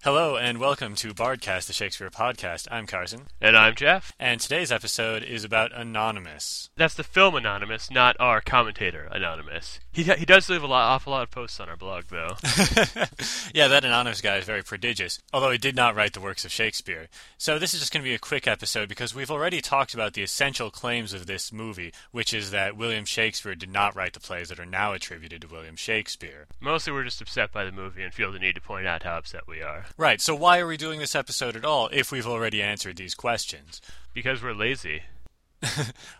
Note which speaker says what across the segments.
Speaker 1: Hello and welcome to Bardcast, the Shakespeare podcast. I'm Carson,
Speaker 2: And I'm Jeff.
Speaker 1: and today's episode is about Anonymous.
Speaker 2: That's the film Anonymous, not our commentator Anonymous. He, he does leave a lot, awful lot of posts on our blog, though.
Speaker 1: yeah, that Anonymous guy is very prodigious, although he did not write the works of Shakespeare. So this is just going to be a quick episode because we've already talked about the essential claims of this movie, which is that William Shakespeare did not write the plays that are now attributed to William Shakespeare.
Speaker 2: Mostly we're just upset by the movie and feel the need to point out how upset we are.
Speaker 1: Right, so why are we doing this episode at all if we've already answered these questions?
Speaker 2: Because we're lazy.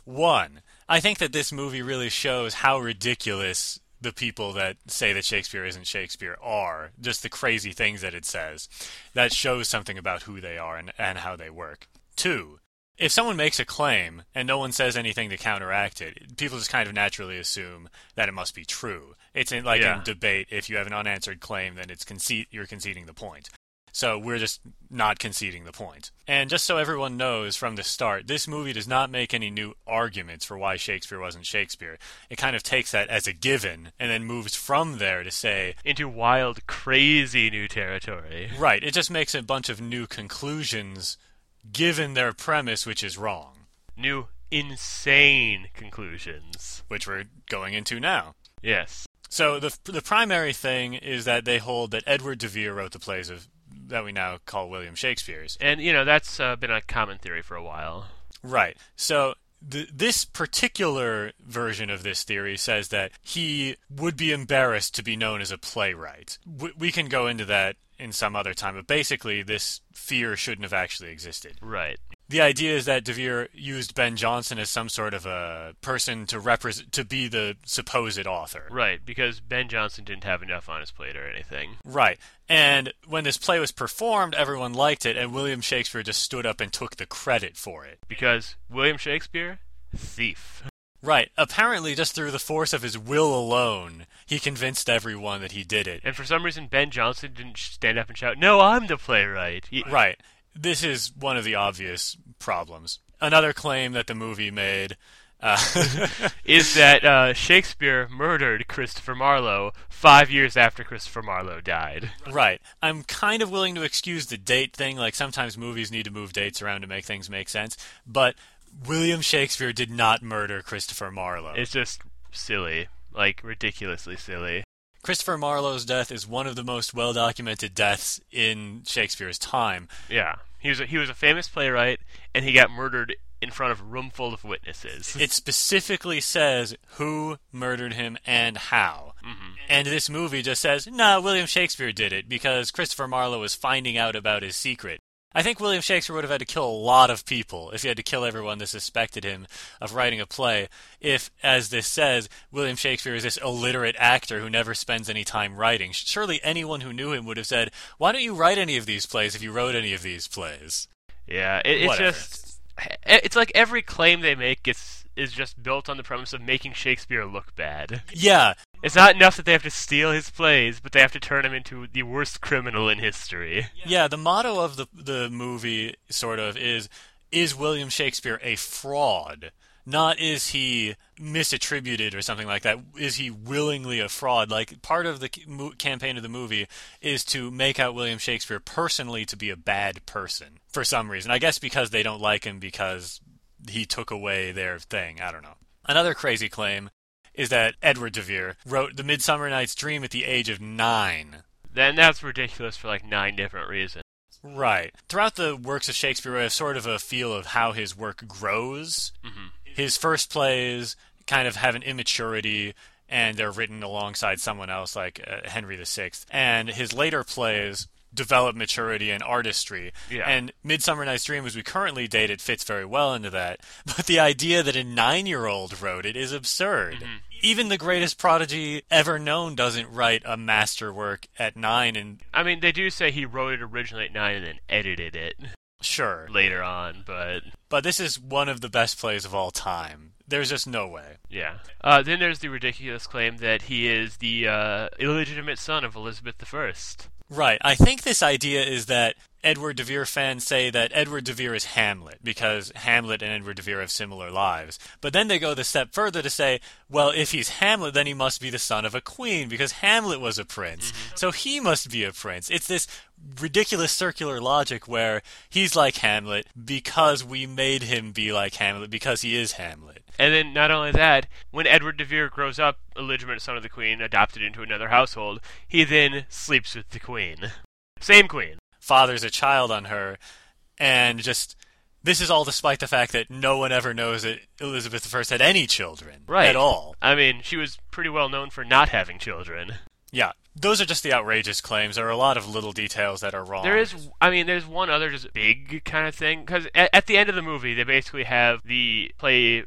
Speaker 1: One, I think that this movie really shows how ridiculous the people that say that Shakespeare isn't Shakespeare are. Just the crazy things that it says. That shows something about who they are and, and how they work. Two, if someone makes a claim and no one says anything to counteract it, people just kind of naturally assume that it must be true. It's in, like
Speaker 2: Yeah.
Speaker 1: in debate. If you have an unanswered claim, then it's conceit. You're conceding the point. So we're just not conceding the point. And just so everyone knows from the start, this movie does not make any new arguments for why Shakespeare wasn't Shakespeare. It kind of takes that as a given and then moves from there to say,
Speaker 2: Into wild, crazy new territory.
Speaker 1: right, it just makes a bunch of new conclusions given their premise, which is wrong,
Speaker 2: New, insane conclusions.
Speaker 1: which we're going into now.
Speaker 2: Yes.
Speaker 1: So the the primary thing is that they hold that Edward de Vere wrote the plays of that we now call William Shakespeare's.
Speaker 2: And, you know, that's uh, been a common theory for a while.
Speaker 1: Right. So th- this particular version of this theory says that he would be embarrassed to be known as a playwright. W- we can go into that in some other time, but basically, this fear shouldn't have actually existed.
Speaker 2: Right.
Speaker 1: The idea is that De Vere used Ben Jonson as some sort of a person to represent to be the supposed author.
Speaker 2: Right, because Ben Johnson didn't have enough on his plate or anything.
Speaker 1: Right. And when this play was performed, everyone liked it, and William Shakespeare just stood up and took the credit for it.
Speaker 2: Because William Shakespeare, thief.
Speaker 1: Right. Apparently, just through the force of his will alone, he convinced everyone that he did it.
Speaker 2: And for some reason, Ben Johnson didn't sh- stand up and shout, "No, I'm the playwright." He-
Speaker 1: Right. This is one of the obvious problems. Another claim that the movie made. Uh,
Speaker 2: Is that uh, Shakespeare murdered Christopher Marlowe five years after Christopher Marlowe died?
Speaker 1: right. I'm kind of willing to excuse the date thing. Like, sometimes movies need to move dates around to make things make sense. But William Shakespeare did not murder Christopher Marlowe.
Speaker 2: It's just silly, like ridiculously silly.
Speaker 1: Christopher Marlowe's death is one of the most well documented deaths in Shakespeare's time.
Speaker 2: Yeah, he was a, he was a famous playwright, and he got murdered in front of a room full of witnesses.
Speaker 1: It specifically says who murdered him and how. And this movie just says, nah, William Shakespeare did it because Christopher Marlowe was finding out about his secret. I think William Shakespeare would have had to kill a lot of people if he had to kill everyone that suspected him of writing a play. If, as this says, William Shakespeare is this illiterate actor who never spends any time writing, surely anyone who knew him would have said, Why don't you write any of these plays if you wrote any of these plays?
Speaker 2: yeah, it, it's
Speaker 1: Whatever.
Speaker 2: just eh, it's like every claim they make gets is just built on the premise of making Shakespeare look bad.
Speaker 1: Yeah,
Speaker 2: It's not enough that they have to steal his plays, but they have to turn him into the worst criminal in history.
Speaker 1: Yeah, the motto of the the movie sort of is is William Shakespeare a fraud? Not is he misattributed or something like that. Is he willingly a fraud? Like part of the c- mo- campaign of the movie is to make out William Shakespeare personally to be a bad person for some reason. I guess because they don't like him because he took away their thing. I don't know. Another crazy claim is that Edward de Vere wrote The Midsummer Night's Dream at the age of 9.
Speaker 2: Then that's ridiculous for like nine different reasons.
Speaker 1: Right. Throughout the works of Shakespeare, we have sort of a feel of how his work grows. His first plays kind of have an immaturity, and they're written alongside someone else, like uh, Henry VI. And his later plays develop maturity and artistry.
Speaker 2: Yeah.
Speaker 1: And Midsummer Night's Dream, as we currently date it, fits very well into that. But the idea that a nine-year-old wrote it is absurd. Even the greatest prodigy ever known doesn't write a masterwork at nine, and
Speaker 2: I mean, they do say he wrote it originally at nine and then edited it
Speaker 1: sure.
Speaker 2: later on, but
Speaker 1: But this is one of the best plays of all time. There's just no way.
Speaker 2: yeah. Uh, then there's the ridiculous claim that he is the uh, illegitimate son of Elizabeth I.
Speaker 1: Right. I think this idea is that Edward De Vere fans say that Edward De Vere is Hamlet because Hamlet and Edward De Vere have similar lives. But then they go the step further to say, well, if he's Hamlet, then he must be the son of a queen because Hamlet was a prince. So he must be a prince. It's this ridiculous circular logic where he's like Hamlet because we made him be like Hamlet because he is Hamlet.
Speaker 2: And then not only that, when Edward de Vere grows up, a legitimate son of the queen, adopted into another household, he then sleeps with the queen. Same queen.
Speaker 1: Fathers a child on her and just this is all despite the fact that no one ever knows that Elizabeth I had any children
Speaker 2: Right.
Speaker 1: at all.
Speaker 2: I mean, she was pretty well known for not having children.
Speaker 1: Yeah. Those are just the outrageous claims. There are a lot of little details that are wrong.
Speaker 2: There is, I mean, there's one other just big kind of thing because at, the end of the movie, they basically have the play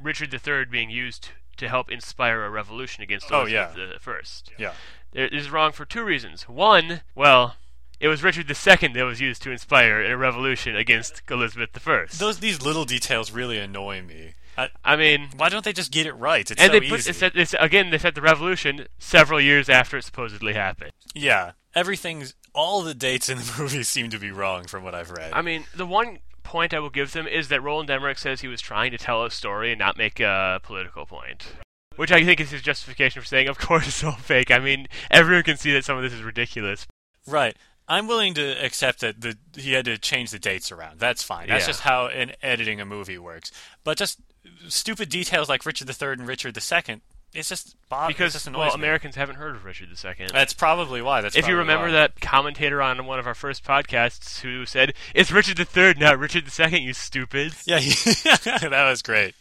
Speaker 2: Richard III being used to help inspire a revolution against
Speaker 1: Oh,
Speaker 2: Elizabeth the first.
Speaker 1: Yeah.
Speaker 2: There- This is wrong for two reasons. One, well, it was Richard II that was used to inspire a revolution against Elizabeth I.
Speaker 1: Those these little details really annoy me. I,
Speaker 2: I mean,
Speaker 1: why don't they just get it right? It's
Speaker 2: and
Speaker 1: so
Speaker 2: they put
Speaker 1: easy.
Speaker 2: it's, it's, again they set the revolution several years after it supposedly happened.
Speaker 1: yeah. Everything's all the dates in the movie seem to be wrong from what I've read.
Speaker 2: I mean, the one point I will give them is that Roland Emmerich says he was trying to tell a story and not make a political point. Which I think is his justification for saying, of course, it's all fake. I mean, everyone can see that some of this is ridiculous.
Speaker 1: Right. I'm willing to accept that the he had to change the dates around. That's fine. That's
Speaker 2: Yeah.
Speaker 1: just how in editing a movie works. But just stupid details like Richard III and Richard II, it's just bo- it
Speaker 2: Because,
Speaker 1: just annoys
Speaker 2: well,
Speaker 1: me.
Speaker 2: Americans haven't heard of Richard II.
Speaker 1: That's probably why. That's
Speaker 2: if you
Speaker 1: probably
Speaker 2: remember
Speaker 1: why.
Speaker 2: that commentator on one of our first podcasts who said, it's Richard III, not Richard II, you stupids.
Speaker 1: Yeah, he- that was great.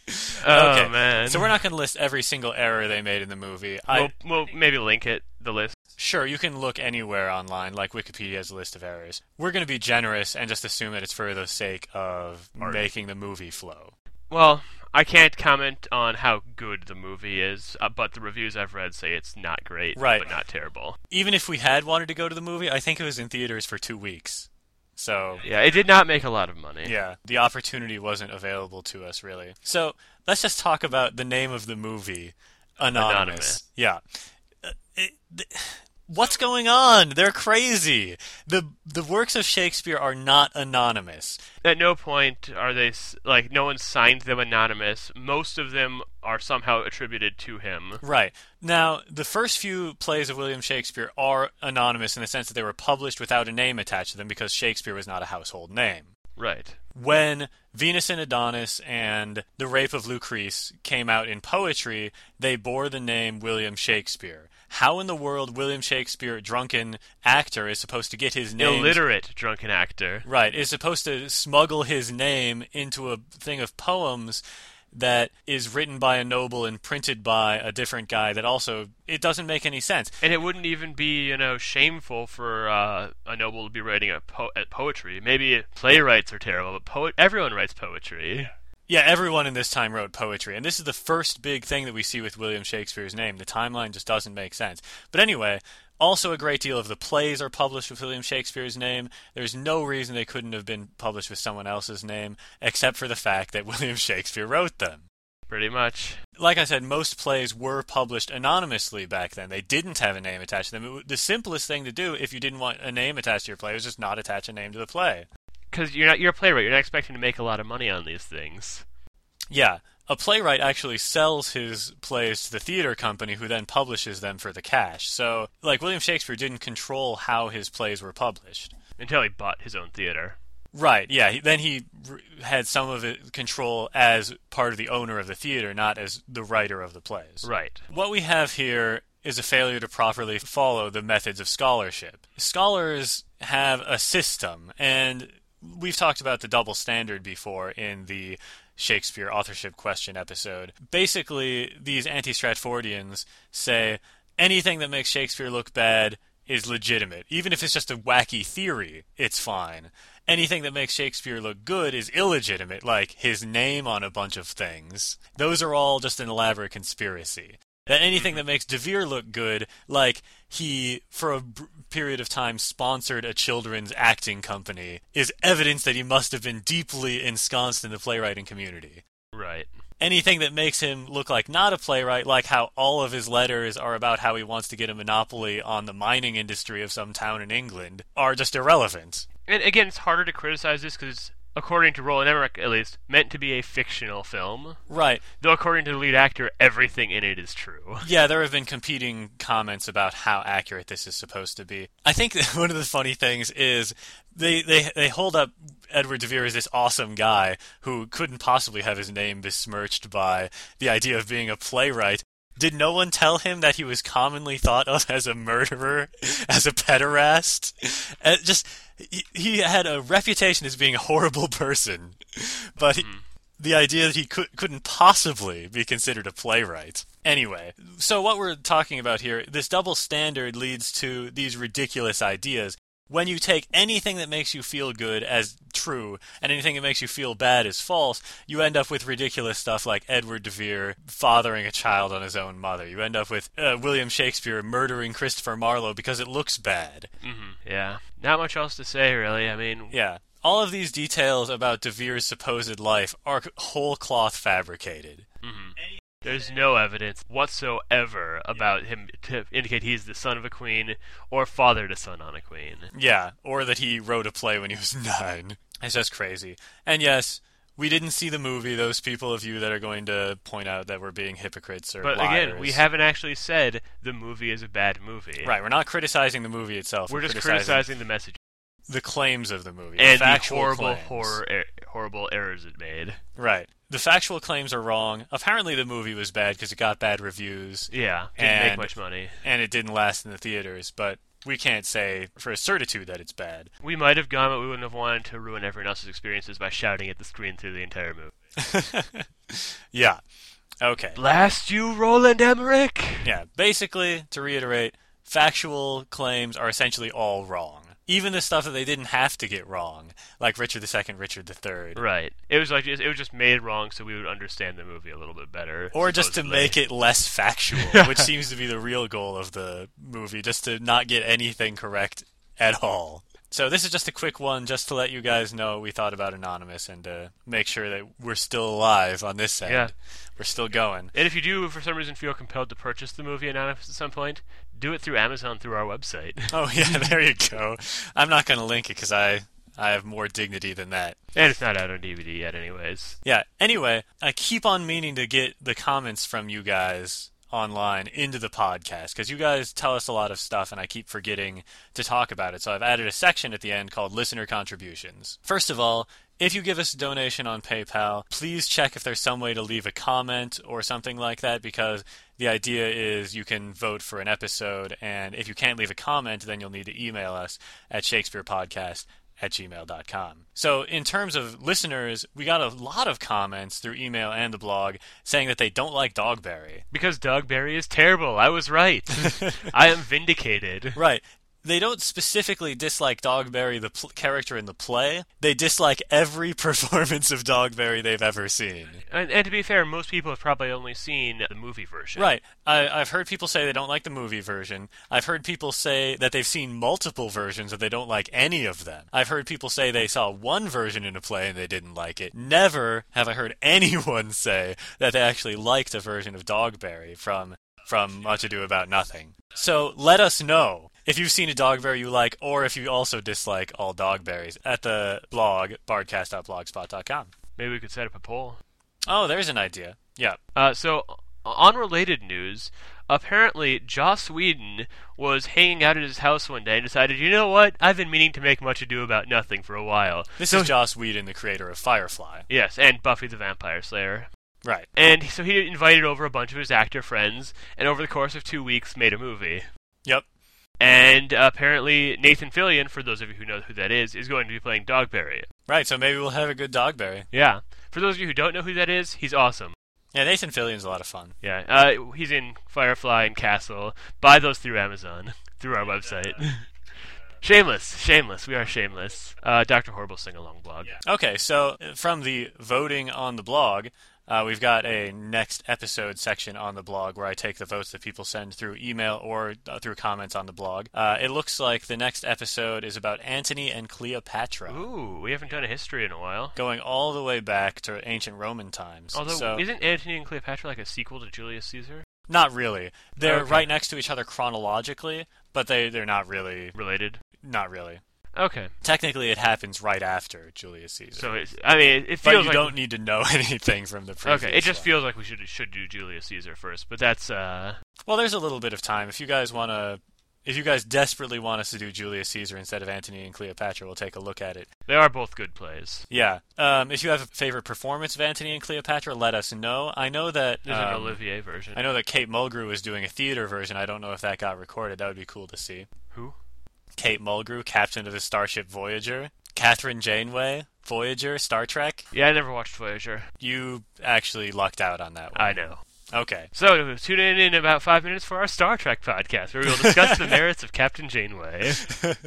Speaker 2: Oh,
Speaker 1: okay.
Speaker 2: man.
Speaker 1: So we're not going to list every single error they made in the movie. I
Speaker 2: We'll, we'll maybe link it, the list.
Speaker 1: sure you can look anywhere online, like Wikipedia has a list of errors. We're going to be generous and just assume that it's for the sake of making the movie flow.
Speaker 2: Well, I can't comment on how good the movie is, uh, but the reviews I've read say it's not great,
Speaker 1: Right.
Speaker 2: but not terrible.
Speaker 1: Even if we had wanted to go to the movie, I think it was in theaters for two weeks. So
Speaker 2: Yeah, it did not make a lot of money.
Speaker 1: yeah, the opportunity wasn't available to us really. So let's just talk about the name of the movie, Anonymous.
Speaker 2: Anonymous.
Speaker 1: Yeah. Uh, it- th- what's going on? They're crazy. the The works of Shakespeare are not anonymous.
Speaker 2: At no point are they s- like no one signed them anonymous. Most of them are somehow attributed to him.
Speaker 1: Right. Now, the first few plays of William Shakespeare are anonymous in the sense that they were published without a name attached to them because Shakespeare was not a household name.
Speaker 2: Right.
Speaker 1: when Venus and Adonis and The Rape of Lucrece came out in poetry, they bore the name William Shakespeare. How in the world William Shakespeare, drunken actor, is supposed to get his name?
Speaker 2: Illiterate drunken actor.
Speaker 1: Right, is supposed to smuggle his name into a thing of poems that is written by a noble and printed by a different guy that also it doesn't make any sense.
Speaker 2: And it wouldn't even be, you know, shameful for uh, a noble to be writing a po- at poetry. Maybe playwrights are terrible, but poet everyone writes poetry.
Speaker 1: Yeah, everyone in this time wrote poetry, and this is the first big thing that we see with William Shakespeare's name. The timeline just doesn't make sense. But anyway, also a great deal of the plays are published with William Shakespeare's name. There's no reason they couldn't have been published with someone else's name, except for the fact that William Shakespeare wrote them.
Speaker 2: Pretty much.
Speaker 1: Like I said, most plays were published anonymously back then. They didn't have a name attached to them. It w- the simplest thing to do if you didn't want a name attached to your play was just not attach a name to the play.
Speaker 2: because you're not you're a playwright. You're not expecting to make a lot of money on these things.
Speaker 1: Yeah. A playwright actually sells his plays to the theater company who then publishes them for the cash. So, like, William Shakespeare didn't control how his plays were published.
Speaker 2: Until he bought his own theater.
Speaker 1: Right, yeah. he- Then he r- had some of it control as part of the owner of the theater, not as the writer of the plays.
Speaker 2: Right.
Speaker 1: What we have here is a failure to properly follow the methods of scholarship. Scholars have a system, and we've talked about the double standard before in the Shakespeare authorship question episode. Basically, these anti Stratfordians say anything that makes Shakespeare look bad is legitimate. Even if it's just a wacky theory, it's fine. Anything that makes Shakespeare look good is illegitimate, like his name on a bunch of things. Those are all just an elaborate conspiracy that anything that makes De Vere look good, like he, for a br- period of time, sponsored a children's acting company, is evidence that he must have been deeply ensconced in the playwriting community.
Speaker 2: Right.
Speaker 1: Anything that makes him look like not a playwright, like how all of his letters are about how he wants to get a monopoly on the mining industry of some town in England, are just irrelevant.
Speaker 2: And again, it's harder to criticize this because, according to Roland Emmerich at least, meant to be a fictional film.
Speaker 1: Right.
Speaker 2: Though, according to the lead actor, everything in it is true.
Speaker 1: Yeah, there have been competing comments about how accurate this is supposed to be. I think that one of the funny things is they, they, they hold up Edward de Vere as this awesome guy who couldn't possibly have his name besmirched by the idea of being a playwright. Did no one tell him that he was commonly thought of as a murderer, as a pederast? Uh, just he, he had a reputation as being a horrible person, but he- the idea that he could, couldn't possibly be considered a playwright. Anyway, so what we're talking about here, this double standard leads to these ridiculous ideas. When you take anything that makes you feel good as true and anything that makes you feel bad as false, you end up with ridiculous stuff like Edward de Vere fathering a child on his own mother. You end up with uh, William Shakespeare murdering Christopher Marlowe because it looks bad.
Speaker 2: hmm yeah. Not much else to say, really. I mean,
Speaker 1: Yeah. All of these details about De Vere's supposed life are whole cloth fabricated.
Speaker 2: There's no evidence whatsoever about him to indicate he's the son of a queen or fathered a son on a queen.
Speaker 1: Yeah, or that he wrote a play when he was nine. It's just crazy. And yes, we didn't see the movie. Those people of you that are going to point out that we're being hypocrites or
Speaker 2: But
Speaker 1: liars.
Speaker 2: again, we haven't actually said the movie is a bad movie.
Speaker 1: right. We're not criticizing the movie itself.
Speaker 2: We're just
Speaker 1: criticizing
Speaker 2: criticizing the message
Speaker 1: the claims of the movie
Speaker 2: and the
Speaker 1: factual
Speaker 2: horrible,
Speaker 1: claims.
Speaker 2: horror, er, horrible errors it made.
Speaker 1: Right. The factual claims are wrong. Apparently, the movie was bad because it got bad reviews.
Speaker 2: Yeah, didn't
Speaker 1: And-
Speaker 2: make much money.
Speaker 1: and it didn't last in the theaters, but we can't say for certitude that it's bad.
Speaker 2: We might have gone, but we wouldn't have wanted to ruin everyone else's experiences by shouting at the screen through the entire movie.
Speaker 1: yeah. Okay.
Speaker 2: Blast you, Roland Emmerich!
Speaker 1: Yeah. Basically, to reiterate, factual claims are essentially all wrong. Even the stuff that they didn't have to get wrong, like Richard II, Richard III.
Speaker 2: Right. It was like it was just made wrong, so we would understand the movie a little bit better.
Speaker 1: Or just to
Speaker 2: supposedly.
Speaker 1: make it less factual, which seems to be the real goal of the movie, just to not get anything correct at all. So this is just a quick one, just to let you guys know we thought about Anonymous and to make sure that we're still alive on this end.
Speaker 2: Yeah.
Speaker 1: We're still going.
Speaker 2: And if you do, for some reason, feel compelled to purchase the movie Anonymous at some point, do it through Amazon through our website.
Speaker 1: Oh yeah, there you go. I'm not going to link it because I I have more dignity than that.
Speaker 2: and it's not out on DVD yet, anyways.
Speaker 1: Yeah. Anyway, I keep on meaning to get the comments from you guys online into the podcast because you guys tell us a lot of stuff and I keep forgetting to talk about it. So I've added a section at the end called listener contributions. First of all, if you give us a donation on PayPal, please check if there's some way to leave a comment or something like that because the idea is you can vote for an episode and if you can't leave a comment then you'll need to email us at shakespearepodcast at gmail.com. So, in terms of listeners, we got a lot of comments through email and the blog saying that they don't like Dogberry.
Speaker 2: Because Dog Barry is terrible. I was right. I am vindicated.
Speaker 1: Right. They don't specifically dislike Dogberry, the pl- character in the play. They dislike every performance of Dogberry they've ever seen.
Speaker 2: And, and to be fair, most people have probably only seen the movie version.
Speaker 1: Right. I, I've heard people say they don't like the movie version. I've heard people say that they've seen multiple versions and they don't like any of them. I've heard people say they saw one version in a play and they didn't like it. Never have I heard anyone say that they actually liked a version of Dogberry from from Much Ado About Nothing. So let us know if you've seen a Dogberry you like or if you also dislike all Dogberries at the blog bardcast.blogspot.com.
Speaker 2: Maybe we could set up a poll.
Speaker 1: Oh, there's an idea. Yeah.
Speaker 2: Uh, so, on related news, apparently Joss Whedon was hanging out at his house one day and decided, you know what? I've been meaning to make much ado about nothing for a while.
Speaker 1: This
Speaker 2: So-
Speaker 1: is Joss Whedon, the creator of Firefly.
Speaker 2: Yes, and Buffy the Vampire Slayer.
Speaker 1: Right.
Speaker 2: And so he invited over a bunch of his actor friends, and over the course of two weeks, made a movie.
Speaker 1: Yep.
Speaker 2: And apparently, Nathan Fillion, for those of you who know who that is, is going to be playing Dogberry.
Speaker 1: Right, so maybe we'll have a good Dogberry.
Speaker 2: Yeah. For those of you who don't know who that is, he's awesome.
Speaker 1: Yeah, Nathan Fillion's a lot of fun.
Speaker 2: Yeah. Uh, he's in Firefly and Castle. Buy those through Amazon, through our website. shameless, shameless. We are shameless. Uh, Dr. Horrible sing along blog.
Speaker 1: Okay, so uh, from the voting on the blog, uh, we've got a next episode section on the blog where I take the votes that people send through email or uh, through comments on the blog. Uh, it looks like the next episode is about Antony and Cleopatra,
Speaker 2: Ooh, we haven't done a history in a while.
Speaker 1: going all the way back to ancient Roman times.
Speaker 2: Although,
Speaker 1: so,
Speaker 2: isn't Antony and Cleopatra like a sequel to Julius Caesar?
Speaker 1: not really. They're
Speaker 2: Okay.
Speaker 1: right next to each other chronologically, but they, they're not really.
Speaker 2: Related?
Speaker 1: Not really.
Speaker 2: Okay.
Speaker 1: Technically, it happens right after Julius Caesar.
Speaker 2: So it's, I mean, it, it
Speaker 1: but
Speaker 2: feels
Speaker 1: you
Speaker 2: like
Speaker 1: don't need to know anything from the previous.
Speaker 2: okay. It just
Speaker 1: one.
Speaker 2: feels like we should should do Julius Caesar first, but that's uh
Speaker 1: Well, there's a little bit of time. If you guys want to, if you guys desperately want us to do Julius Caesar instead of Antony and Cleopatra, we'll take a look at it.
Speaker 2: they are both good plays.
Speaker 1: Yeah. Um, if you have a favorite performance of Antony and Cleopatra, let us know. I know that.
Speaker 2: There's an
Speaker 1: um,
Speaker 2: Uh, Olivier version.
Speaker 1: I know that Kate Mulgrew is doing a theater version. I don't know if that got recorded. That would be cool to see.
Speaker 2: Who?
Speaker 1: Kate Mulgrew, captain of the starship Voyager. Catherine Janeway, Voyager, Star Trek.
Speaker 2: Yeah, I never watched Voyager.
Speaker 1: You actually lucked out on that one.
Speaker 2: I know.
Speaker 1: Okay.
Speaker 2: So tune in in about five minutes for our Star Trek podcast, where we'll discuss the merits of Captain Janeway.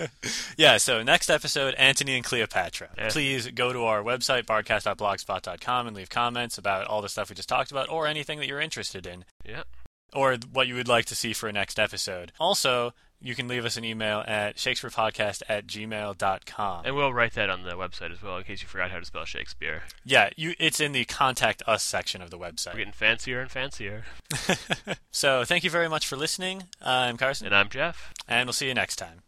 Speaker 1: yeah, so next episode, Antony and Cleopatra.
Speaker 2: Yeah.
Speaker 1: Please go to our website, bardcast.blogspot.com, and leave comments about all the stuff we just talked about or anything that you're interested in.
Speaker 2: Yeah.
Speaker 1: or what you would like to see for a next episode. Also, you can leave us an email at shakespearepodcast at gmail.com.
Speaker 2: And we'll write that on the website as well, in case you forgot how to spell Shakespeare.
Speaker 1: Yeah, you, it's in the Contact Us section of the
Speaker 2: We're
Speaker 1: website.
Speaker 2: getting fancier and fancier.
Speaker 1: so thank you very much for listening. I'm Carson,
Speaker 2: And I'm Jeff.
Speaker 1: and we'll see you next time.